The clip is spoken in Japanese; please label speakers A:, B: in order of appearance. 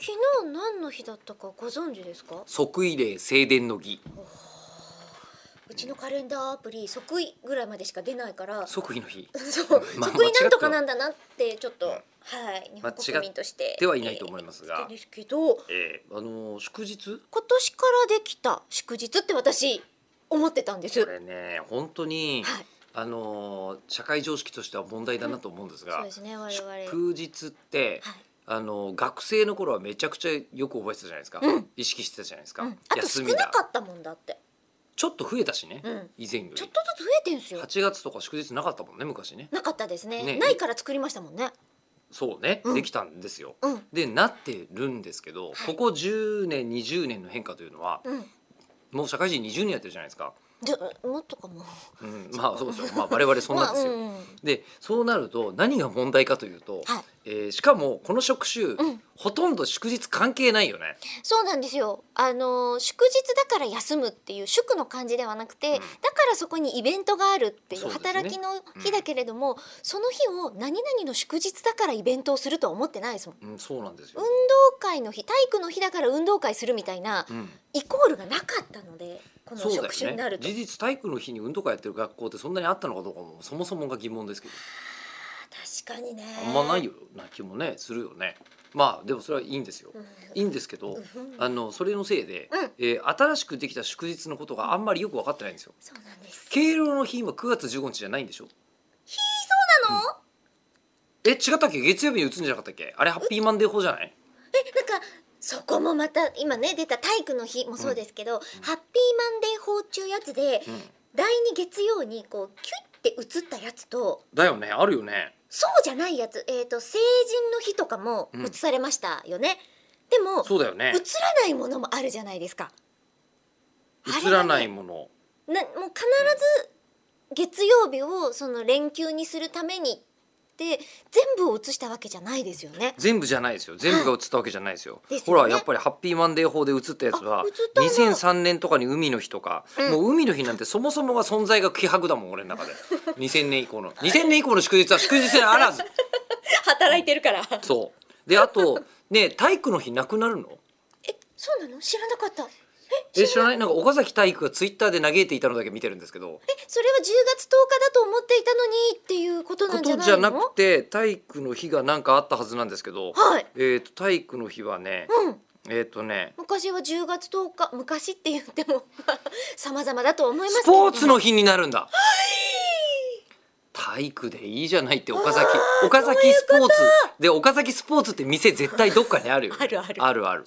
A: 昨日何の日だったかご存知ですか
B: 即位礼正殿の儀
A: うちのカレンダーアプリ即位ぐらいまでしか出ないからそ
B: 即位の日
A: う 即位
B: まあ
A: なんとかなんだなってちょっと、はい日
B: 間
A: 本国
B: 違
A: 民
B: っ
A: として
B: てはいないと
A: い
B: 思います
A: ま
B: が
A: で、すけど
B: えーあのー祝日
A: 今年からできた祝日って私思ってたんです。
B: こ
A: はい
B: れね本当に、あのー社会常識としては問題だなと思うんです
A: そう
B: が
A: で、すね我々。はい。
B: 祝日って、あのー学生の頃はめちゃくちゃよく覚えてたじゃないですか、
A: うん
B: 意識してたじゃないですか、
A: うん、あと少
B: 休み
A: な
B: だ
A: かったもんだって。
B: ちょっと増えたしね、
A: うん
B: 以前よ
A: ちょっ
B: り
A: とずつ増えてんすよ。
B: 8月とか祝日なかったもんね昔ね
A: なかったですね
B: ね
A: ないから作りましたもんね。
B: そうね、
A: うん
B: できたんですよ
A: うん
B: でなってるんですけど、ここ10年20年の変化というのは
A: うん。
B: もう社会人20年やってるじゃないですか、
A: じゃもっとかも。
B: うん、まあそうですよ、まあ、我々そんなんですよ、
A: まあうんうん
B: でそうなると何が問題かというと、
A: はい
B: えーしかもこの職種、
A: ん
B: ほとんど祝日関係ないよね
A: そうなんですよ。あのー祝日だから休むっていう祝の感じではなくて、だからそこにイベントがあるってい
B: そう
A: う
B: ですね
A: 働きの日だけれども、その日を何々の祝日だからイベントをするとは思ってないですもん。
B: うん、そうなんですよ
A: 運、動会の日、体育の日だから運動会するみたいな、
B: うん
A: イコールがなかったので、この
B: そうだ
A: 職種
B: よ
A: にな
B: ね
A: ると。
B: 事実体育の日に運動会やってる学校ってそんなにあったのかどうかもそもそもが疑問ですけど
A: 確かにね。
B: あんまないような気もねするよねまあでもそれはいいんですよ、
A: うん。
B: いいんですけど、
A: うん
B: あのそれのせいで、
A: うん
B: えー新しくできた祝日のことがあんまりよく分かってないんですよ
A: そうなんです。
B: 敬老の日今9月15日じゃないんでしょ
A: なの？
B: え違ったっけ月曜日に打つんじゃなかったっけあれハッピーマンデー法じゃない
A: えなんかそこもまた今ね出た体育の日もそうですけど、ハッピーマンデー法中やつで、
B: ん
A: 第二月曜にこうキュッて映ったやつと
B: だよねあるよね
A: そうじゃないやつえっ、と成人の日とかも
B: うん
A: 映されましたよね、でも
B: そうだよね
A: 映らないものもあるじゃないですかあ
B: 映
A: れ
B: ら
A: がね
B: ないもの
A: なもう必ず月曜日をその連休にするためにって全部を映したわけじゃないですよ ね
B: 全部じゃないですよ全部が映ったわけじゃないですよ
A: ですよね
B: ほらやっぱりハッピーマンデー法で映ったやつ
A: あ
B: は
A: 映ったな
B: 2003年とかに海の日とか、
A: うん
B: もう海の日なんてそもそもが存在が希薄だもん俺の 中で2000年以降の2000年以降の祝日は祝日であらず
A: 働いてるから
B: そうであとね体育の日なくなるの
A: えそうなの知らなかった
B: え知らないなんか岡崎体育がツイッターで嘆いていたのだけ見てるんですけど
A: えそれは10月10日だと思っていたのにっていうことな
B: こ
A: んじゃ
B: と
A: ないの
B: じゃなくて体育の日がなんかあったはずなんですけど、
A: はい
B: えっ、と体育の日はね、
A: うん
B: えっ、とね
A: 昔は10月10日昔って言ってもまあ様々だと思います
B: ス
A: けれど
B: ポ
A: も
B: ーツの日になるんだ。体育でいいじゃないって岡崎岡崎スポーツで岡崎スポーツって店絶対どっかにあるよね、
A: あるある
B: あるある